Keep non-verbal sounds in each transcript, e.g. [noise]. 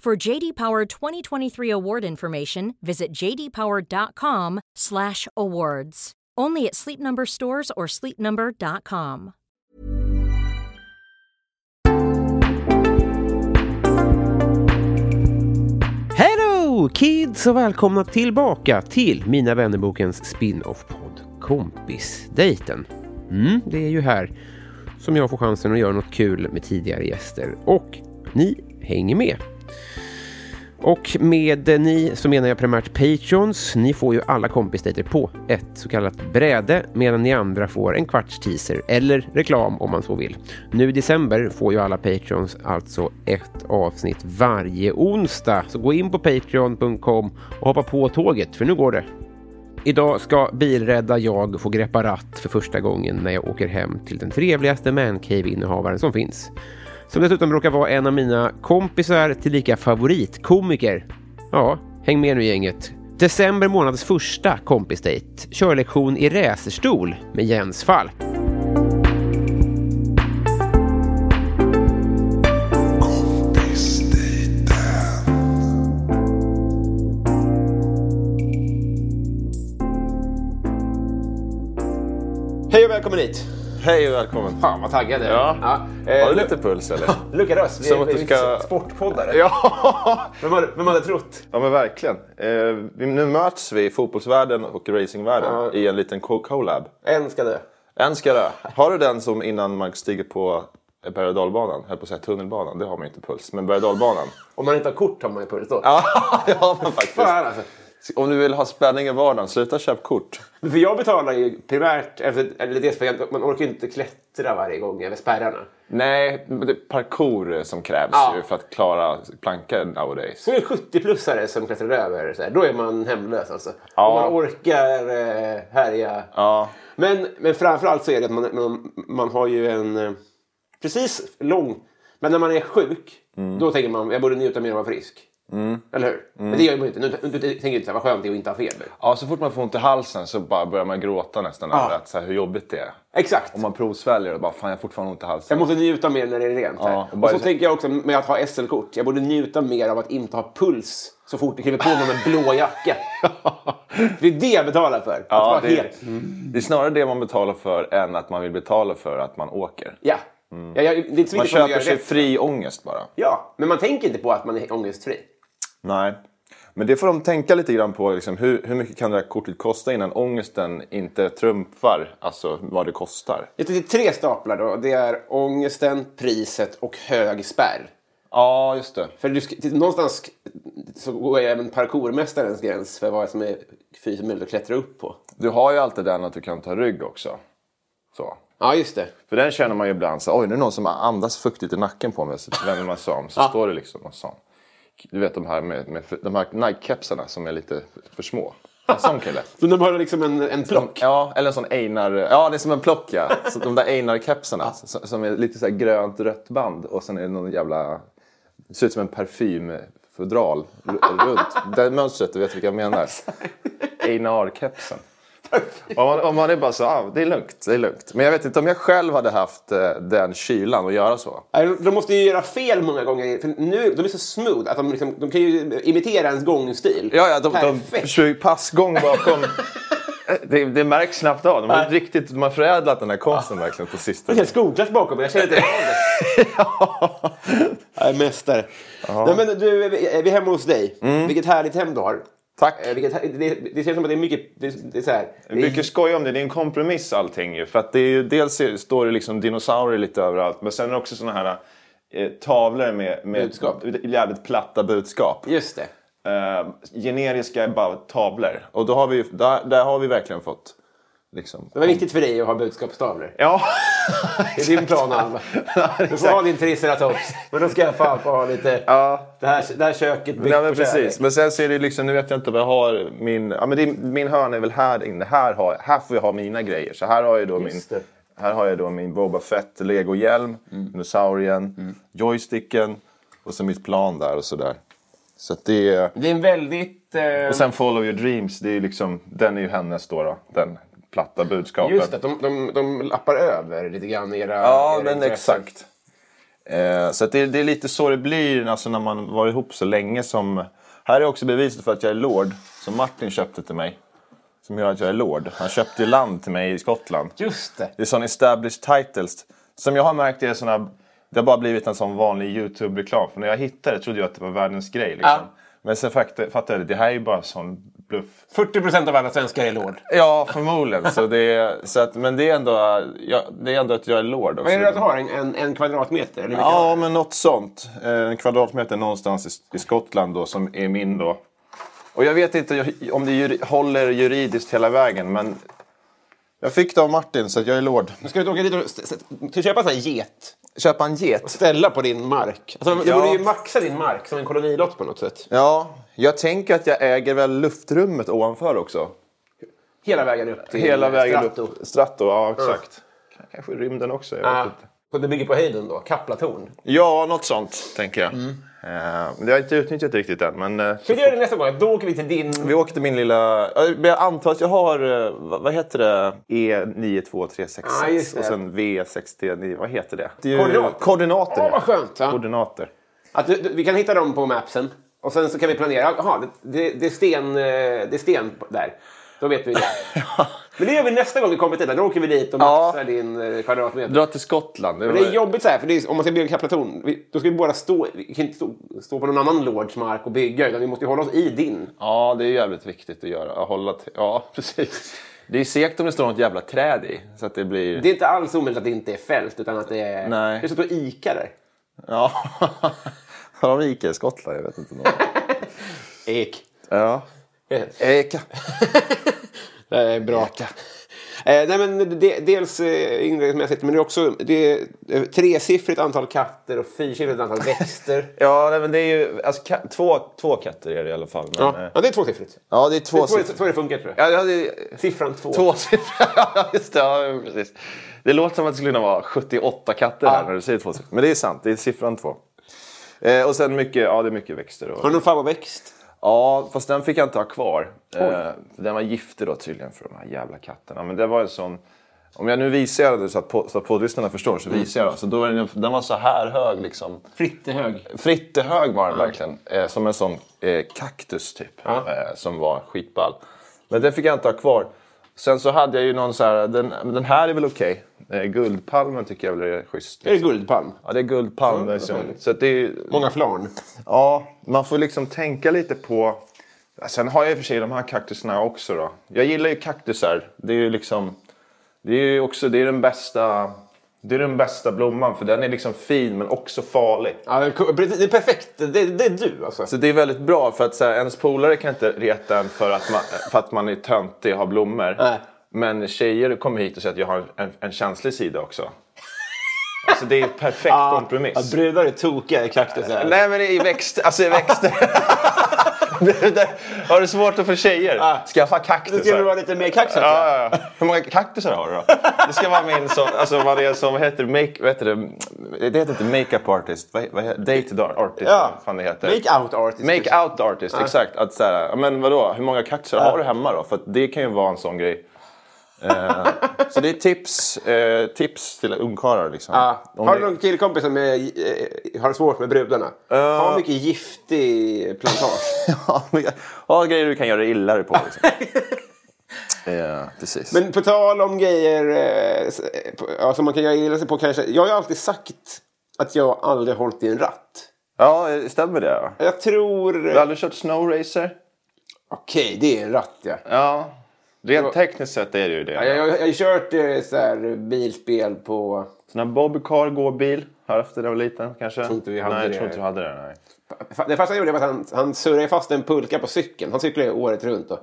For JD Power 2023 award information, visit jdpower.com/awards. Only at Sleep Number stores or sleepnumber.com. Hello kids och välkomna tillbaka till Mina vännerbokens spin-off-podd Kompisdejten. Mm, det är ju här som jag får chansen att göra något kul med tidigare gäster och ni hänger med. Och med ni så menar jag primärt Patreons. Ni får ju alla kompisdejter på ett så kallat bräde medan ni andra får en kvarts teaser eller reklam om man så vill. Nu i december får ju alla Patreons alltså ett avsnitt varje onsdag. Så gå in på patreon.com och hoppa på tåget för nu går det. Idag ska bilrädda jag få greppa ratt för första gången när jag åker hem till den trevligaste mancave-innehavaren som finns som dessutom råkar vara en av mina kompisar tillika favoritkomiker. Ja, häng med nu gänget. December månads första kompisdejt. Körlektion i racerstol med Jens Falk. Hej och välkommen hit! Hej och välkommen. Fan vad taggad jag är. Ja. eh, Har du Lu- lite puls eller? Luca Röss, vi Som är, att du vi är ska- sportpoddare. [laughs] Ja, Vem, hade, vem hade trott? ja men verkligen. Eh, vi- nu möts vi i fotbollsvärlden och racingvärlden Ja. i en liten co- collab. En ska dö. En ska dö. Har du den som innan man stiger på berg och dalbanan, höll på att säga tunnelbanan, det har man ju inte puls, men berg och dalbanan. Om man inte har kort har man ju puls då. [laughs] Ja, det har man Fan faktiskt. alltså. Om du vill ha spänning i vardagen, sluta köpa kort. För jag betalar ju primärt, efter, eller dels för att man orkar ju inte klättra varje gång över spärrarna. Nej, men det är parkour som krävs Ja. ju för att klara plankan nowadays. Så är det 70-plussare som klättrar över, så här, då är man hemlös alltså. Ja. Om man orkar eh, härja. Ja, Men, men framförallt så är det att man, man, man har ju en... eh, Precis lång... Men när man är sjuk, Mm. då tänker man jag borde njuta mer av att vara frisk. Eller hur? Men det gör man ju inte. Nu, nu, nu tänker jag inte så här, vad skönt det är att inte ha feber. ja, så fort man får ont i halsen så bara börjar man gråta nästan Ja. över att, så här, hur jobbigt det är. Exakt. Om man provsväljer och bara fan jag har fortfarande ont i halsen. Jag måste njuta mer när det är rent. här. Ja, och bara- så tänker jag också med att ha SL-kort. Jag borde njuta mer av att inte ha puls så fort du kliver på någon med blå [laughs] jacka. Det är det jag betalar för. Att ja, vara det, är, helt... det är snarare det man betalar för än att man vill betala för att man åker. Ja. ja, ja det är inte så Mm. Man viktigt om du köper gör sig rätt. fri ångest bara. Ja, men man tänker inte på att man är ångestfri. Nej. Men det får de tänka lite grann på. Liksom, hur, hur mycket kan det här kortet kosta innan ångesten inte trumfar alltså, vad det kostar? Jag tycker det är tre staplar då. Det är ångesten, priset och hög spärr. Ja, just det. För du, sk- till- någonstans sk- så går ju även parkourmästarens gräns för vad som är fysiskt möjligt att klättra upp på. Du har ju alltid den att du kan ta rygg också. Så. Ja, just det. För den känner man ju ibland så oj nu är det någon som andas fuktigt i nacken på mig. Så vänder man sig om så står det liksom någon sån. Du vet de här med, med de här Nike-kepsarna som är lite för små. En sån kille. Så de har liksom en, en plock. [laughs] Ja, eller en sån Einar... Ja, det är som en plock ja. Så de där Einar-kepsarna som, som är lite så här grönt rött band och sen är det någon jävla... Det ser ut som en parfymfodral r- runt. Det mönstret, du vet vilka jag menar. Einar-kepsen. Om man, om man är bara så, ah, det är lugnt, det är lugnt. Men jag vet inte om jag själv hade haft eh, den kylan att göra så. Nej, Alltså, De måste ju göra fel många gånger. För nu, de är så smooth att de, liksom, de kan ju imitera ens gångstil. Ja, ja, de, Perfekt. de kör ju passgång bakom Eh, Det, det märks snabbt av. De har, ju riktigt, de har förädlat den här konsten verkligen på Det sistone. känns skoglas bakom mig. Jag känner inte av det. Jag är mästare. Nej, men du, är vi är vi hemma hos dig. Vilket härligt hem du har. Mm. Tack. Eh, Vilket, här- det, det känns som att det är mycket... Det, det är så här, det är- Mycket skoj om [laughs] det. Det är en kompromiss allting ju. För att det är ju, dels är- står det liksom dinosaurier lite överallt. Men sen är det också såna här eh, tavlor med, med Budskap. jävligt platta budskap. Just det. Eh, generiska är bara tavlor. Och då har vi, ju- där, där har vi verkligen fått... Liksom, Det var viktigt för dig att ha budskapstavlor. [laughs] ja, Det är din plan, [laughs] Alva. Du får ha din triceratops. Men då ska jag fan få ha lite... Ja. Det, här, det här köket byggt nej, men på kärlek. precis. Men sen ser det ju liksom, nu vet jag inte vad jag har. Min, ja, men det är, min hörna är väl här inne. Här, har, här får jag ha mina grejer. Så här har jag då min, Just det. Mm. här har jag då min Boba Fett legohjälm, dinosaurien, joysticken och så mitt plan där och sådär. Så att det är... Det är en väldigt... Eh, Och sen Follow Your Dreams, det är ju liksom, den är ju hennes då, då den platta budskapet. just det, de, de, de lappar över lite grann era... Ja, era men intressen. exakt. Eh, så att det, det är lite så det blir alltså, när man var ihop så länge som... Här är också beviset för att jag är lord, som Martin köpte till mig. Som gör att jag är lord. Han köpte ju land till mig i Skottland. Just det. Det är sån established titles. Som jag har märkt är såna... Det har bara blivit en sån vanlig YouTube-reklam. För när jag hittade det trodde jag att det var världens grej. Liksom. Ja. Men sen fatt- fattade jag, det här är ju bara sån bluff. 40 procent av alla svenskar är lord. Ja, förmodligen. så det, är- så att, men det är, ändå, ja, det är ändå att jag är lord också. Vad är det du har? En, en, en kvadratmeter? Eller mycket? Ja, men något sånt. Eh, En kvadratmeter någonstans i, i Skottland då, som är min då. Och jag vet inte ju- om det juri, håller juridiskt hela vägen, men jag fick det av Martin så att jag är lord. Nu ska du åka dit och st- st- köpa en sån här get. Köpa en get. Ställa på din mark. Alltså, Du Ja. borde ju maxa din mark som en kolonilott på något sätt. Ja, jag tänker att jag äger väl luftrummet ovanför också. Hela vägen upp till Hela vägen Strato. upp. Mm, Stratto, ja exakt. Kanske rymden också, jag vet Ja. inte. Och det bygger på höjden då, Kaplatorn. Ja, något sånt tänker jag. Eh, det har jag inte utnyttjat riktigt än. Men, eh, Ska vi göra det nästa gång? Då åker vi till din... Vi åker till min lilla... ja, men Jag antar att jag har... eh, Vad vad heter det? E E92366 Ja, just det. och sen V69. Vad heter det? det är ju- Koordinater. Koordinater. Åh, ja. vad skönt! Ja. Koordinater. Att du, du, vi kan hitta dem på mapsen och sen så kan vi planera. Jaha, det, det, det, är sten, eh, det är sten på- där. Då vet [laughs] vi det. Men det gör vi nästa gång vi kommer till det. Då åker vi dit och Ja. maxar din eh, kvadratmeter. Dra till Skottland. Men det är jobbigt så här, för det är, om man ska bygga Kaplatorn, vi- då ska vi bara stå, vi kan inte stå, stå på någon annan lords mark och bygga, utan vi måste ju hålla oss i din. Ja, det är jävligt viktigt att göra. Att hålla t- ja, [laughs] precis. Det är segt om det står något jävla träd i. Så att det blir... Det är inte alls omöjligt att det inte är fält, utan att det är... Nej. Det står Ica där. Ja. [laughs] Har de Ica i Skottland? Jag vet inte. Någon. [laughs] Ek. [laughs] ja. Eka. Det är bra. Eh, nej men de, dels eh, inredningsmässigt, men det är också det är eh, tresiffrigt antal katter och fyrsiffrigt antal växter. Ja, nej, men det är ju... Alltså, ka- två, två katter är det i alla fall. Men, [laughs] ja. eh, ja, det är tvåsiffrigt. ja, det är två... Det är två, siffror. så det funkar tror jag. Ja, det är... Siffran två. Tvåsiffriga, [laughs] ja just det. Ja, precis. Det låter som att det skulle kunna vara 78 katter här Ja. när du säger tvåsiffrigt. Men det är sant, det är siffran två. Eh, och sen mycket, ja det är mycket växter. Har Och, du någon favoritväxt? ja, fast den fick jag inte ha kvar. Eh, för den var giftig då tydligen för de här jävla katterna. Men det var en sån... Om jag nu visar er det så att, på, så att poddlyssnarna förstår Mm. så visar jag den. Så då var den, den var så här hög liksom. Frittehög. Frittehög var den verkligen. Eh, som en sån eh, kaktus typ. Eh, som var skitball. Men den fick jag inte ha kvar. Sen så hade jag ju någon så här, den, den här är väl okej. Eh, guldpalmen tycker jag väl är schysst. Är det guldpalm? Ja, det är guldpalm. det är så. Så att det är, Många flarn. ja, man får liksom tänka lite på... Sen har jag i och för sig de här kaktusarna också då. Jag gillar ju kaktusar. Det är ju liksom... Det är ju också, det är den bästa... Det är den bästa blomman för den är liksom fin men också farlig. Ja, det är- precis, det är perfekt. Det, det är du alltså. Så det är väldigt bra för att så här, ens polare kan inte reta en för att man, för att man är töntig och har blommor. Nej. Men tjejer kommer hit och säger att jag har en, en känslig sida också. Alltså det är ett perfekt kompromiss. Att brudar är tokiga i kaktusar. Nej men i växter, alltså [laughs] i [laughs] växter. har du svårt att få tjejer? Ah. Skaffa Nu ska du vara kaktusar. lite mer kaxig. alltså. Ja, ja, ja. [laughs] Hur många kaktusar har du då? Det ska vara min sån, alltså vad det är som, vad heter det, make, vad heter det, det heter inte makeup artist, vad, vad heter, date artist, Ja. vad fan det heter. Make out artist. Make out artist, exakt. Att så här, ja, men vadå, hur många kaktusar har du hemma då? För att det kan ju vara en sån grej. Eh, så det är tips, eh, tips till ungkarlar liksom. Ja. Om Har ni- du [laughs] någon killkompis som är, eh, har svårt med brudarna? Har mycket giftig plantage. [laughs] ja, men- ja, grejer du kan göra dig illa dig på. Liksom. Eh, precis. Men på tal om grejer eh, s- eh, på- ja, som man kan göra illa sig på kanske. Jag har ju alltid sagt att jag aldrig hållit i en ratt. Ja, eh, stämmer det? Ja. Jag tror... Du har aldrig kört snowracer? Okej, det är en ratt ja. Ja. Rent tekniskt sett är det ju det. Jag, jag, jag har ju kört eh, så här, bilspel på... Sån här bobbycar, gåbil. Har haft det när jag var liten kanske? tror inte vi hade nej, det. jag tror inte du hade det. Nej. Det första jag gjorde var att han, han surrade fast en pulka på cykeln. Han cyklar ju året runt. Då.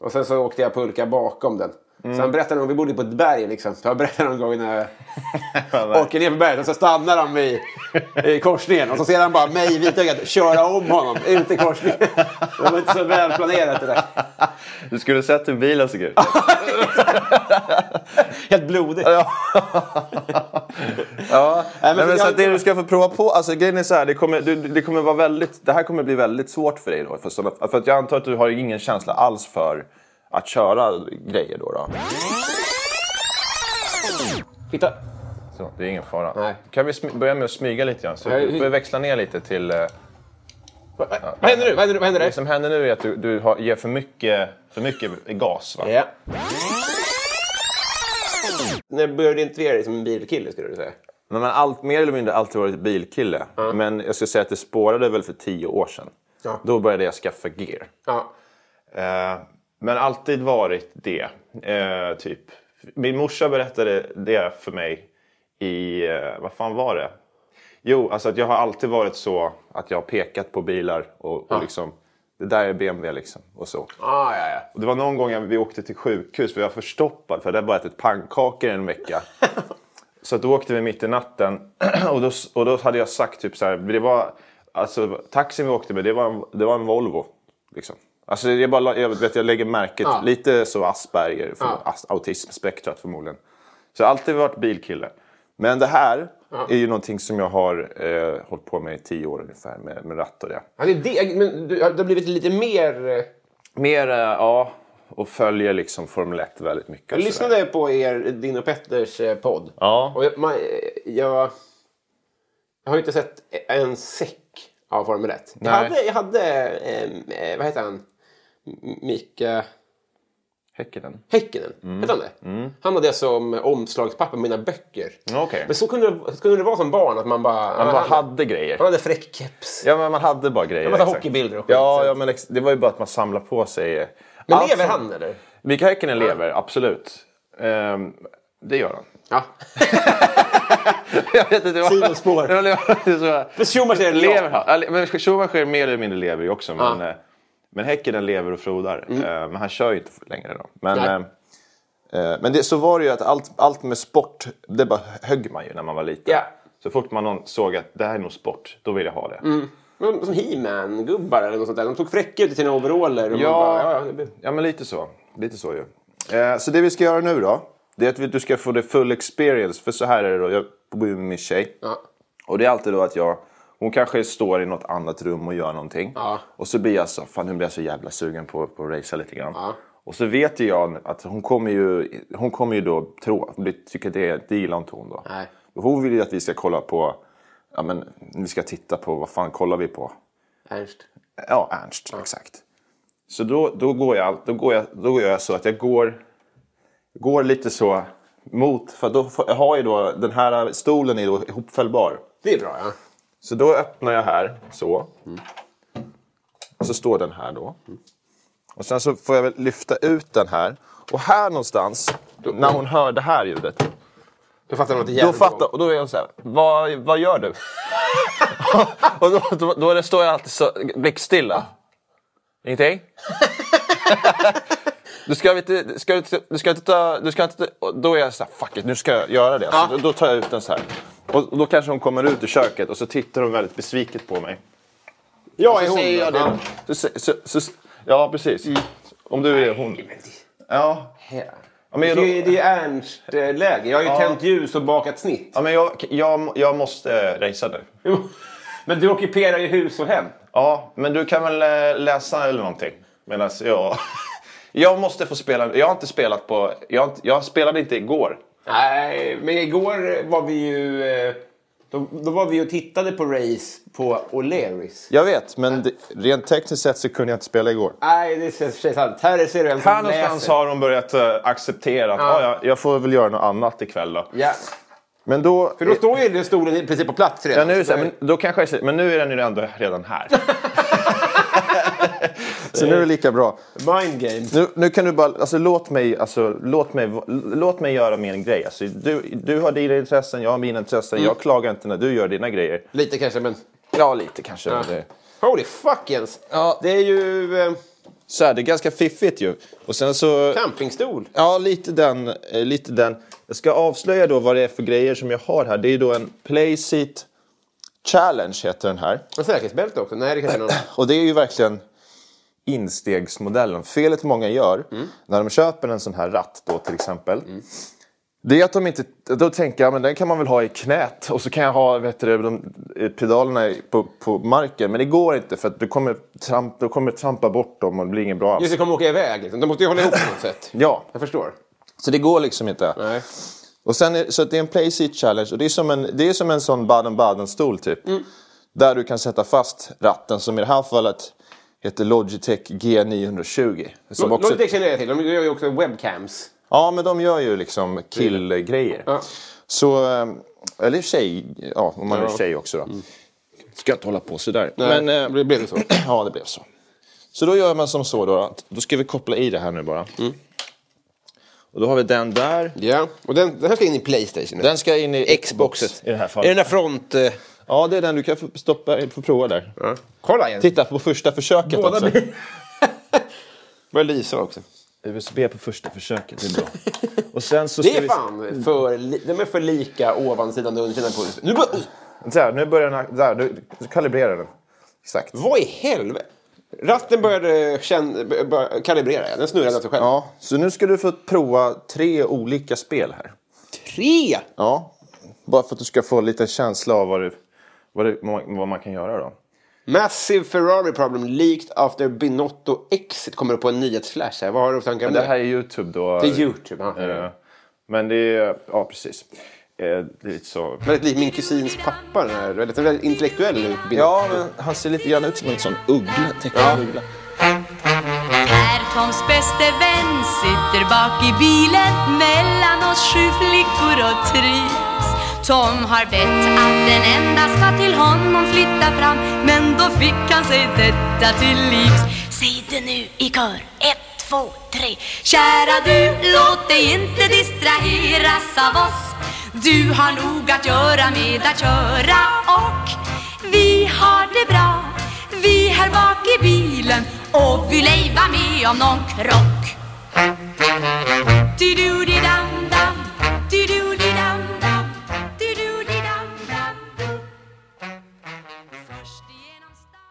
Och sen så åkte jag pulka bakom den. Så han berättade om, vi bodde på ett berg liksom. Så han berättade någon gång när [laughs] jag åker ner på berget och så stannar han vid i korsningen. Och så ser han bara mig i vitögat köra om honom ut i korsningen. Det var inte så välplanerat det där. Du skulle sett hur [laughs] bilen såg ut. Helt blodigt. Ja, Nej, men Nej, så men jag- så att det du ska få prova på, alltså grejen är så här, det kommer, du, det kommer vara väldigt, det här kommer bli väldigt svårt för dig då. För, sådana- för att jag antar att du har ju ingen känsla alls för att köra grejer då. då. Titta. Så, det är ingen fara. Nej. Kan vi smy- börja med att smyga lite grann? Så Ja, du hur- får växla ner lite till... Eh, Vad vad händer nu? Vad händer nu? Vad händer det nu? som händer nu är att du, du har, ger för mycket, för mycket gas va? Ja. När började du intrigera dig som en bilkille skulle du säga? Men man har allt, mer eller mindre alltid varit bilkille. Men jag skulle säga att det spårade väl för tio år sedan. Ja. Då började jag skaffa gear. Ja. Eh, men alltid varit det. Eh, typ. Min morsa berättade det för mig i, eh, vad fan var det? Jo, alltså att jag har alltid varit så att jag har pekat på bilar och, och liksom, det där är BMW liksom. Och så. Ah, ja, ja. Och det var någon gång jag- vi åkte till sjukhus för jag var förstoppad för jag hade bara ätit pannkakor en [laughs] vecka. så att då åkte vi mitt i natten [clears throat] och då, och då hade jag sagt typ så här, det var, alltså taxin vi åkte med det var en, det var en Volvo. Liksom. Alltså jag, bara, la- jag, vet, jag lägger märket, Ja. lite så Asperger, för, Ja. as, autismspektrat förmodligen. Så jag har alltid varit bilkille. Men det här är ju någonting som jag har eh, hållit på med i tio år ungefär med, med ratt och det. Ja, det, är det, men du, det har blivit lite mer... eh, Mer, eh, ja. Och följer liksom Formel 1 väldigt mycket. Jag och sådär. lyssnade på er, din och Petters eh, podd. Ja. Och jag, man, eh, jag, jag har ju inte sett en säck av Formel 1. Jag Nej. hade, jag hade eh, eh, vad heter han, M- Mika Häckenen. Häkkinen, Mm. hette han det? Han hade jag som omslagspapper på mina böcker. Ja, okej. Men så kunde, det, så kunde det vara som barn, att man bara... Man bara han, hade, hade grejer. han hade fräck keps. Ja, men man hade bara grejer. Man hade exakt. hockeybilder och skit. Ja, ja men ex- det var ju bara att man samlade på sig. eh, Men allt lever som- han eller? Mika Häckinen lever, absolut. Ehm, det gör han. [laughs] Ja. Jag vet inte vad... Sidospår. [laughs] Det var- det var- det var så- För Schumacher lever lever han? Ja, Men Schumacher mer eller mindre lever ju också. Men, Ja. Mm. eh, men Häckenen lever och frodar. Eh, Men han kör ju inte längre då. Nej. Men, eh, eh, men det, så var det ju att allt, allt med sport, det bara högg man ju när man var liten. Ja. Så fort man någon såg att det här är nog sport, då vill jag ha det. Mm. Men Som He-Man-gubbar eller något sånt där. De tog fräcka ut i sina overaller. Och Ja. man bara, ja, ja, det blir... Ja, men lite så. Lite så ju. Eh, så det vi ska göra nu då, det är att vi- du ska få det full experience. För så här är det då, jag bor ju med min tjej. Ja. Och det är alltid då att jag, hon kanske står i något annat rum och gör någonting. Ja. Och så blir jag så, fan nu blir jag så jävla sugen på, på att racea lite grann. Ja. Och så vet ju jag att hon kommer ju, hon kommer ju då tro, hon blir- tycker det, är- det gillar inte hon då. Nej. Hon vill ju att vi ska kolla på, ja men vi ska titta på, vad fan kollar vi på? Ernst. Ja, Ernst. Exakt. Så då, då, går jag, då, går jag, då gör jag så att jag går, går lite så mot... För då får, jag har ju då, den här stolen är då ihopfällbar. Det är bra, ja. Så då öppnar jag här, så. Och så står den här då. Och sen så får jag väl lyfta ut den här. Och här någonstans, när hon hör det här ljudet, Då fattar man att det är då, jävligt fattar, och då är jag så här, vad, vad gör du? [laughs] och då, då, då är det- står jag alltid så blickstilla. Ingenting? [laughs] du ska väl inte, ska, du inte- du ska inte ta, du ska inte, ta- och då är jag så här, fuck it, nu ska jag göra det. Så då, då tar jag ut den så här. Och då kanske hon kommer ut i köket och så tittar hon väldigt besviket på mig. Jag är Så hon. Alltså, Mm. säger jag det. Så, sä- så, så, ja, precis. Om du är hon. Ja. Ja, men Det jag- är, det är Ernst-läge. Jag har ju tänt ljus och bakat snitt. Ja, men jag, jag, jag måste eh, racea nu. Men du ockuperar ju hus och hem. Ja, men du kan väl eh, läsa eller någonting? Medan jag... [laughs] jag måste få spela. Jag har inte spelat på... Jag, har inte, jag spelade inte igår. Nej, men igår var vi ju... eh, Då, då var vi och tittade på race på O'Learys. Jag vet, men det, rent tekniskt sett så kunde jag inte spela igår. Nej, det är i och för sig sant. Här ser du en som Här någonstans läser. har de börjat eh, acceptera att ah. ja, jag får väl göra något annat ikväll då. Ja. Men då... För då står ju den stolen i princip på plats Ja, redan. Alltså, nu, är det så här, men, då kanske jag, säger- men nu är den ju ändå redan här. [laughs] Så nu är det lika bra. Mind game. Nu, nu kan du bara, alltså, låt, mig, alltså, låt, mig, låt mig göra min grej. Alltså, du, du har dina intressen, jag har mina intressen. Jag klagar inte när du gör dina grejer. Lite kanske, men... Mm. Ja, lite kanske. men det- Holy fuck Jens! Ja. Det är ju eh, Så här, det är ganska fiffigt ju. Och sen så... campingstol. Ja, lite den, eh, lite den. Jag ska avslöja då vad det är för grejer som jag har här. Det är då en Playseat Challenge heter den här. Och säkerhetsbälte också. Nej, det kanske är någon... Och det är ju verkligen instegsmodellen. Felet många gör när de köper en sån här ratt då till exempel. Det är att de inte, då tänker jag men den kan man väl ha i knät och så kan jag ha vet du, de, eh, pedalerna i- på, på marken. Men det går inte för att du kommer, tramp, du kommer trampa bort dem och det blir ingen bra Just det, kommer åka iväg liksom. De måste ju hålla ihop på något sätt. Ja, Jag förstår. så det går liksom inte. Nej. Och sen är, så att det är en Playseat Challenge och det är som en, det är som en sån Baden-Baden-stol typ. Mm. Där du kan sätta fast ratten som i det här fallet heter Logitech G920. Som också, Logitech känner jag till. De gör ju också webcams. ja men de gör ju liksom killgrejer. Ja. Så, eh, eller tjej, ja om man är tjej också då. Mm. Ska jag inte hålla på sådär. Men, eh, [clears throat] det blev det så. ja det blev så. Så då gör man som så då. Då, då ska vi koppla i det här nu bara. Mm. Och då har vi den där. Ja, och den, den här ska in i Playstation. Den ska in i Xboxet. i det här Är den fallet. där front... Eh... Ja, det är den du kan få stoppa, få prova där. Kolla Jens! Titta på första försöket Båda också. blir- [laughs] Börjar lysa också. USB på första försöket, det är bra. Och sen så Det ska är fan för, li- de är för lika ovansidan och undersidan på Nu bör, vi... Där, nu börjar den... Där, du, du kalibrerar den. Exakt. Vad i helvete? Ratten började känn, bör- bör- kalibrera, ja. den snurrade av sig själv. Ja, så nu ska du få prova tre olika spel här. Tre! Ja, bara för att du ska få lite känsla av vad, du, vad, du, vad man kan göra då. Massive Ferrari problem leaked after Binotto exit kommer upp på en nyhetsflash här. Vad har du för tankar om Men det? det här är Youtube då. Det är Youtube, ja. Eh, Men det är... Ja, precis. Eh, Det är lite så... Väldigt lik min kusins pappa, den här. Väldigt, väldigt intellektuell Binotto. Ja, men han ser lite grann ut som en sån uggla, tecknad uggla. Här Toms bäste vän sitter bak i bilen mellan oss sju flickor och trivs. Tom har bett att den enda ska till honom flytta fram men då fick han sig detta till livs. Säg det nu i kör, ett, två, tre. Kära du, låt dig inte distraheras av oss. Du har nog att göra med att köra och vi har det bra. Vi här bak i bilen och vill ej vara med om någon krock. Du-du-di-dam-dam, du-du-di-dam-dam, du-du-di-dam-dam. Först genom stan